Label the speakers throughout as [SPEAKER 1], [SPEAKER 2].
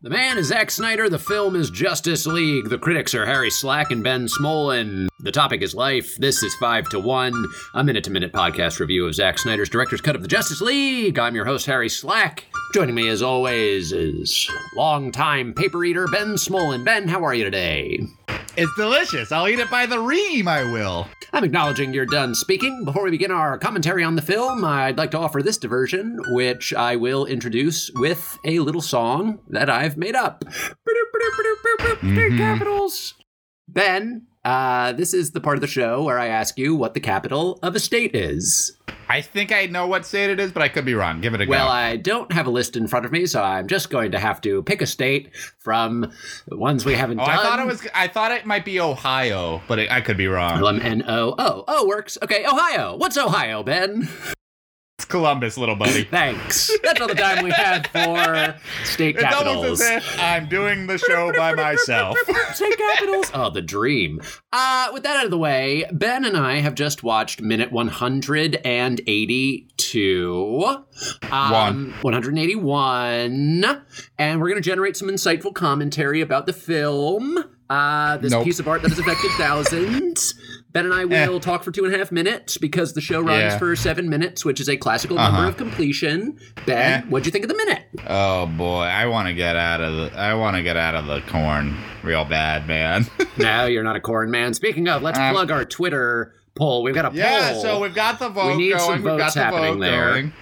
[SPEAKER 1] The man is Zack Snyder, the film is Justice League, the critics are Harry Slack and Ben Smolin, the topic is life, this is 5 to 1, a minute to minute podcast review of Zack Snyder's director's cut of the Justice League. I'm your host, Harry Slack. Joining me as always is longtime paper eater Ben Smolin. Ben, how are you today?
[SPEAKER 2] It's delicious. I'll eat it by the ream, I will.
[SPEAKER 1] I'm acknowledging you're done speaking. Before we begin our commentary on the film, I'd like to offer this diversion, which I will introduce with a little song that I've made up.
[SPEAKER 2] Mm-hmm.
[SPEAKER 1] Three capitals. Ben, uh, this is the part of the show where I ask you what the capital of a state is.
[SPEAKER 2] I think I know what state it is, but I could be wrong. Give it a
[SPEAKER 1] Well,
[SPEAKER 2] go.
[SPEAKER 1] I don't have a list in front of me, so I'm just going to have to pick a state from the ones we haven't
[SPEAKER 2] oh,
[SPEAKER 1] done.
[SPEAKER 2] I thought it was. I thought it might be Ohio, but it, I could be wrong.
[SPEAKER 1] L M N O O. Oh, works. Okay, Ohio. What's Ohio, Ben?
[SPEAKER 2] It's Columbus, little buddy.
[SPEAKER 1] Thanks. That's all the time we have for state
[SPEAKER 2] It's
[SPEAKER 1] capitals.
[SPEAKER 2] almost as if I'm doing the show by myself.
[SPEAKER 1] State capitals. Oh, the dream. Uh, with that out of the way, Ben and I have just watched minute 182. Um,
[SPEAKER 2] One.
[SPEAKER 1] 181. And we're going to generate some insightful commentary about the film. Uh, this
[SPEAKER 2] Nope.
[SPEAKER 1] piece of art that has affected thousands. Ben and I
[SPEAKER 2] Eh.
[SPEAKER 1] will talk for two and a half minutes because the show runs
[SPEAKER 2] Yeah.
[SPEAKER 1] for seven minutes, which is a classical number
[SPEAKER 2] Uh-huh.
[SPEAKER 1] of completion. Ben,
[SPEAKER 2] Eh.
[SPEAKER 1] what'd you think of the minute?
[SPEAKER 2] Oh boy, I want to get out of the. I want to get out of the corn, real bad, man.
[SPEAKER 1] No, you're not a corn man. Speaking of, let's
[SPEAKER 2] Um,
[SPEAKER 1] plug our Twitter poll. We've got a
[SPEAKER 2] Yeah,
[SPEAKER 1] poll.
[SPEAKER 2] so we've got the vote
[SPEAKER 1] We need
[SPEAKER 2] going.
[SPEAKER 1] some
[SPEAKER 2] we've
[SPEAKER 1] votes
[SPEAKER 2] got the
[SPEAKER 1] happening
[SPEAKER 2] vote
[SPEAKER 1] there.
[SPEAKER 2] going.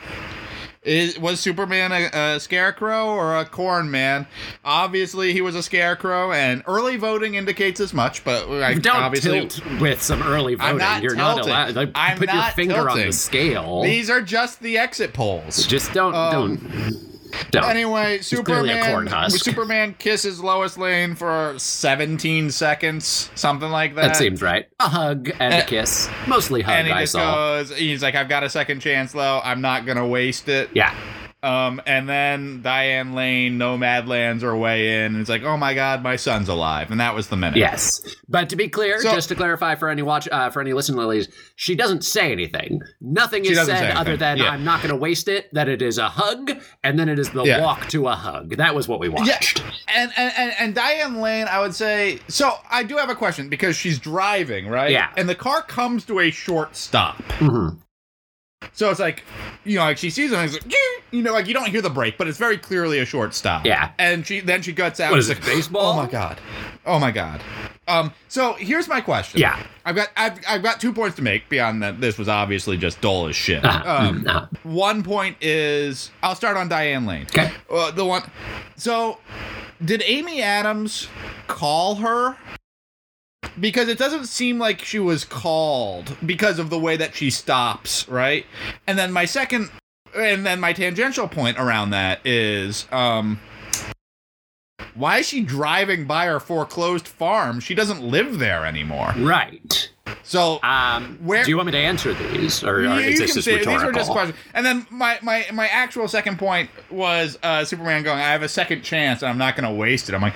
[SPEAKER 2] Is, was Superman a, a scarecrow or a corn man? Obviously, he was a scarecrow, and early voting indicates as much. But I
[SPEAKER 1] don't
[SPEAKER 2] obviously,
[SPEAKER 1] tilt with some early voting.
[SPEAKER 2] I'm not
[SPEAKER 1] you're not
[SPEAKER 2] tilting.
[SPEAKER 1] allowed. Like,
[SPEAKER 2] I'm
[SPEAKER 1] put your
[SPEAKER 2] not
[SPEAKER 1] finger on the
[SPEAKER 2] tilting.
[SPEAKER 1] scale.
[SPEAKER 2] these are just the exit polls.
[SPEAKER 1] Just don't,
[SPEAKER 2] Um,
[SPEAKER 1] don't, don't.
[SPEAKER 2] Anyway,
[SPEAKER 1] clearly a corn
[SPEAKER 2] Superman.
[SPEAKER 1] husk.
[SPEAKER 2] Superman kisses Lois Lane for 17 seconds, something like that.
[SPEAKER 1] that seems right. A hug and a kiss, mostly hug.
[SPEAKER 2] and he
[SPEAKER 1] I
[SPEAKER 2] just
[SPEAKER 1] saw.
[SPEAKER 2] goes, he's like, "I've got a second chance, though. I'm not gonna waste it."
[SPEAKER 1] yeah,
[SPEAKER 2] Um, and then Diane Lane, Nomadlands are way in. And it's like, oh my god, my son's alive, and that was the minute.
[SPEAKER 1] yes. But to be clear,
[SPEAKER 2] So-
[SPEAKER 1] just to clarify for any watch, uh, for any listen lilies, she doesn't say anything. Nothing
[SPEAKER 2] She
[SPEAKER 1] is
[SPEAKER 2] doesn't say
[SPEAKER 1] said
[SPEAKER 2] anything.
[SPEAKER 1] other than
[SPEAKER 2] Yeah.
[SPEAKER 1] I'm not going to waste it. That it is a hug, and then it is the
[SPEAKER 2] Yeah.
[SPEAKER 1] walk to a hug. That was what we watched.
[SPEAKER 2] And, and and and Diane Lane, I would say. So I do have a question because she's driving, right?
[SPEAKER 1] Yeah.
[SPEAKER 2] And the car comes to a short stop.
[SPEAKER 1] Mhm.
[SPEAKER 2] So it's like, you know, like she sees it, and it's like, "Gee!" you know, like you don't hear the brake, but it's very clearly a short stop.
[SPEAKER 1] Yeah.
[SPEAKER 2] And she then she guts
[SPEAKER 1] What
[SPEAKER 2] out. and
[SPEAKER 1] is
[SPEAKER 2] it's
[SPEAKER 1] it,
[SPEAKER 2] like,
[SPEAKER 1] baseball?
[SPEAKER 2] Oh my god. Oh my god. Um. So here's my question.
[SPEAKER 1] Yeah.
[SPEAKER 2] I've got I've, I've got two points to make beyond that. This was obviously just dull as shit.
[SPEAKER 1] Uh-huh.
[SPEAKER 2] Um,
[SPEAKER 1] Mm, uh-huh.
[SPEAKER 2] One point is I'll start on Diane Lane.
[SPEAKER 1] Okay.
[SPEAKER 2] Uh, the one. So, did Amy Adams call her? Because it doesn't seem like she was called because of the way that she stops, right? And then my second, and then my tangential point around that is, um, why is she driving by her foreclosed farm? She doesn't live there anymore.
[SPEAKER 1] Right.
[SPEAKER 2] So
[SPEAKER 1] Um,
[SPEAKER 2] Where-
[SPEAKER 1] do you want me to answer these, or, or
[SPEAKER 2] You-
[SPEAKER 1] uh, is
[SPEAKER 2] you
[SPEAKER 1] this
[SPEAKER 2] can
[SPEAKER 1] just
[SPEAKER 2] say-
[SPEAKER 1] rhetorical?
[SPEAKER 2] These were just questions. And then my, my, my actual second point was uh, Superman going, I have a second chance and I'm not going to waste it. I'm like,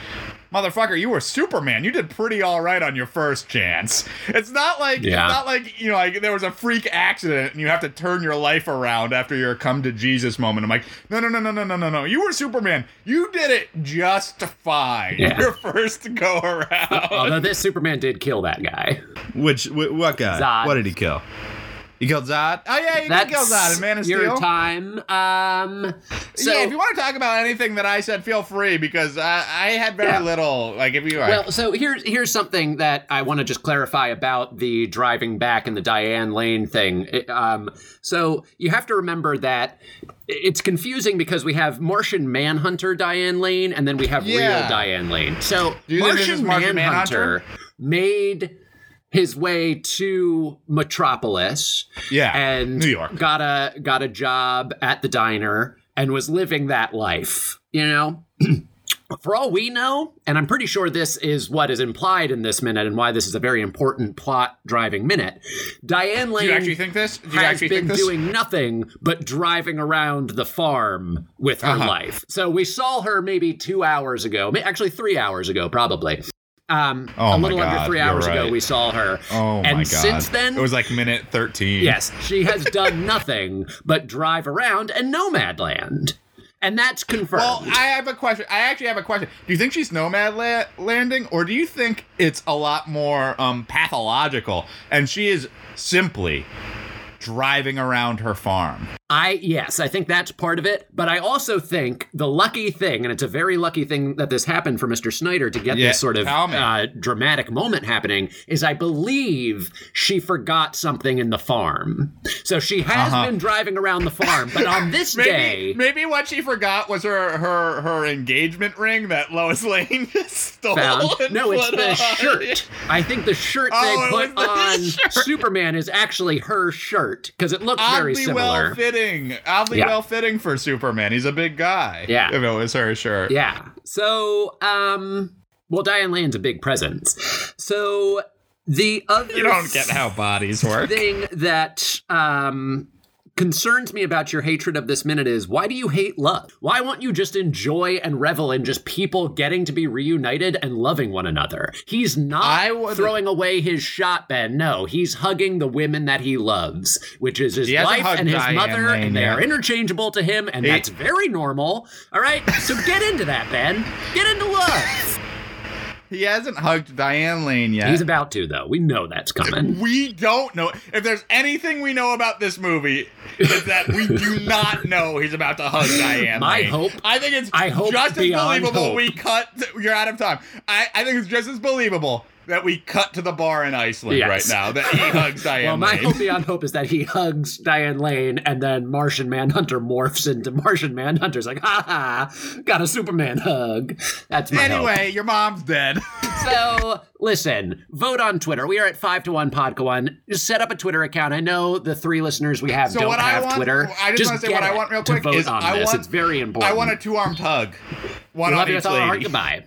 [SPEAKER 2] motherfucker, you were Superman. You did pretty all right on your first chance. It's not like
[SPEAKER 1] Yeah.
[SPEAKER 2] it's not like, you know, like there was a freak accident and you have to turn your life around after your come to Jesus moment. I'm like, no, no, no, no, no, no, no, no. You were Superman. You did it just fine.
[SPEAKER 1] Yeah.
[SPEAKER 2] Your first go around.
[SPEAKER 1] Although this Superman did kill that guy.
[SPEAKER 2] Which, wh- what guy?
[SPEAKER 1] Zod.
[SPEAKER 2] What did he kill? He killed Zod? Oh, yeah, he did kill Zod in Man of
[SPEAKER 1] your
[SPEAKER 2] Steel.
[SPEAKER 1] time. Um, so,
[SPEAKER 2] yeah, if you want to talk about anything that I said, feel free because I, I had very
[SPEAKER 1] Yeah.
[SPEAKER 2] little. Like, if you
[SPEAKER 1] well, so here's here's something that I want to just clarify about the driving back and the Diane Lane thing. It- um, so you have to remember that it's confusing because we have Martian Manhunter Diane Lane, and then we have real
[SPEAKER 2] Yeah.
[SPEAKER 1] Diane Lane. So
[SPEAKER 2] Do you think this
[SPEAKER 1] Martian,
[SPEAKER 2] is Martian
[SPEAKER 1] Manhunter, made his way to Metropolis.
[SPEAKER 2] yeah,
[SPEAKER 1] and
[SPEAKER 2] New York.
[SPEAKER 1] got a got a job at the diner and was living that life you know for all we know and i'm pretty sure this is what is implied in this minute and why this is a very important plot driving minute diane
[SPEAKER 2] do
[SPEAKER 1] lane
[SPEAKER 2] you actually think this? Do you
[SPEAKER 1] has
[SPEAKER 2] actually
[SPEAKER 1] been
[SPEAKER 2] think this?
[SPEAKER 1] doing nothing but driving around the farm with her
[SPEAKER 2] Uh-huh.
[SPEAKER 1] life so we saw her maybe two hours ago ma- actually three hours ago probably um,
[SPEAKER 2] Oh
[SPEAKER 1] a
[SPEAKER 2] my
[SPEAKER 1] little under
[SPEAKER 2] God,
[SPEAKER 1] 3
[SPEAKER 2] you're
[SPEAKER 1] hours ago
[SPEAKER 2] right.
[SPEAKER 1] we saw her
[SPEAKER 2] oh my
[SPEAKER 1] and
[SPEAKER 2] god!
[SPEAKER 1] since then
[SPEAKER 2] it was like minute thirteen.
[SPEAKER 1] Yes, she has done nothing but drive around and Nomadland. and that's confirmed.
[SPEAKER 2] Well, I have a question. I actually have a question. Do you think she's nomad la- landing, or do you think it's a lot more um, pathological, and she is simply driving around her farm?
[SPEAKER 1] I yes, I think that's part of it, but I also think the lucky thing, and it's a very lucky thing that this happened for Mr. Snyder to get
[SPEAKER 2] Yeah,
[SPEAKER 1] this sort of
[SPEAKER 2] tell me.
[SPEAKER 1] uh, dramatic moment happening, is I believe she forgot something in the farm, so she has
[SPEAKER 2] Uh-huh.
[SPEAKER 1] been driving around the farm. But on this
[SPEAKER 2] Maybe,
[SPEAKER 1] day,
[SPEAKER 2] maybe what she forgot was her her her engagement ring that Lois Lane stole.
[SPEAKER 1] found
[SPEAKER 2] and
[SPEAKER 1] no, it's
[SPEAKER 2] put
[SPEAKER 1] the
[SPEAKER 2] on.
[SPEAKER 1] shirt. I think the shirt
[SPEAKER 2] Oh, it
[SPEAKER 1] they put on
[SPEAKER 2] was the shirt.
[SPEAKER 1] Superman is actually her shirt because it looks very
[SPEAKER 2] Oddly
[SPEAKER 1] similar.
[SPEAKER 2] well fitting. Oddly
[SPEAKER 1] Yeah.
[SPEAKER 2] well fitting for Superman. He's a big guy.
[SPEAKER 1] Yeah.
[SPEAKER 2] If it was her shirt.
[SPEAKER 1] Yeah. So, um, well, Diane Lane's a big presence. So the other
[SPEAKER 2] You don't get how bodies work.
[SPEAKER 1] thing that um concerns me about your hatred of this minute is why do you hate love? Why won't you just enjoy and revel in just people getting to be reunited and loving one another? He's not
[SPEAKER 2] I would-
[SPEAKER 1] throwing away his shot, Ben. No, he's hugging the women that he loves, which is his
[SPEAKER 2] He hasn't
[SPEAKER 1] wife
[SPEAKER 2] hugged
[SPEAKER 1] and his
[SPEAKER 2] Diane
[SPEAKER 1] mother,
[SPEAKER 2] Lane
[SPEAKER 1] and they
[SPEAKER 2] yet.
[SPEAKER 1] are interchangeable to him, and
[SPEAKER 2] He-
[SPEAKER 1] that's very normal. All right, so get into that, Ben. Get into love.
[SPEAKER 2] He hasn't hugged Diane Lane yet.
[SPEAKER 1] He's about to, though. We know that's coming.
[SPEAKER 2] we don't know. If there's anything we know about this movie, it's that we do not know he's about to hug Diane.
[SPEAKER 1] My
[SPEAKER 2] Lane.
[SPEAKER 1] hope-
[SPEAKER 2] I think it's
[SPEAKER 1] I hope
[SPEAKER 2] just as
[SPEAKER 1] beyond
[SPEAKER 2] believable
[SPEAKER 1] hope.
[SPEAKER 2] we cut. You're out of time. I, I think it's just as believable that we cut to the bar in Iceland
[SPEAKER 1] Yes.
[SPEAKER 2] right now that he hugs Diane
[SPEAKER 1] Well, my
[SPEAKER 2] Lane.
[SPEAKER 1] hope beyond hope is that he hugs Diane Lane and then Martian Manhunter morphs into Martian Manhunter's like, ha ha, got a Superman hug. That's my hope.
[SPEAKER 2] Anyway, your mom's dead.
[SPEAKER 1] So listen, vote on Twitter. We are at five to one Podcawan. Just set up a Twitter account. I know the three listeners we have
[SPEAKER 2] So
[SPEAKER 1] don't
[SPEAKER 2] what I
[SPEAKER 1] have
[SPEAKER 2] want-
[SPEAKER 1] Twitter.
[SPEAKER 2] I just wanna say
[SPEAKER 1] get
[SPEAKER 2] what I
[SPEAKER 1] it
[SPEAKER 2] want real
[SPEAKER 1] to
[SPEAKER 2] quick
[SPEAKER 1] vote
[SPEAKER 2] is
[SPEAKER 1] on
[SPEAKER 2] I
[SPEAKER 1] this.
[SPEAKER 2] want-
[SPEAKER 1] it's very important.
[SPEAKER 2] I want a two armed hug. One
[SPEAKER 1] Love
[SPEAKER 2] on
[SPEAKER 1] you
[SPEAKER 2] each
[SPEAKER 1] with all our heart.
[SPEAKER 2] lady.
[SPEAKER 1] Goodbye.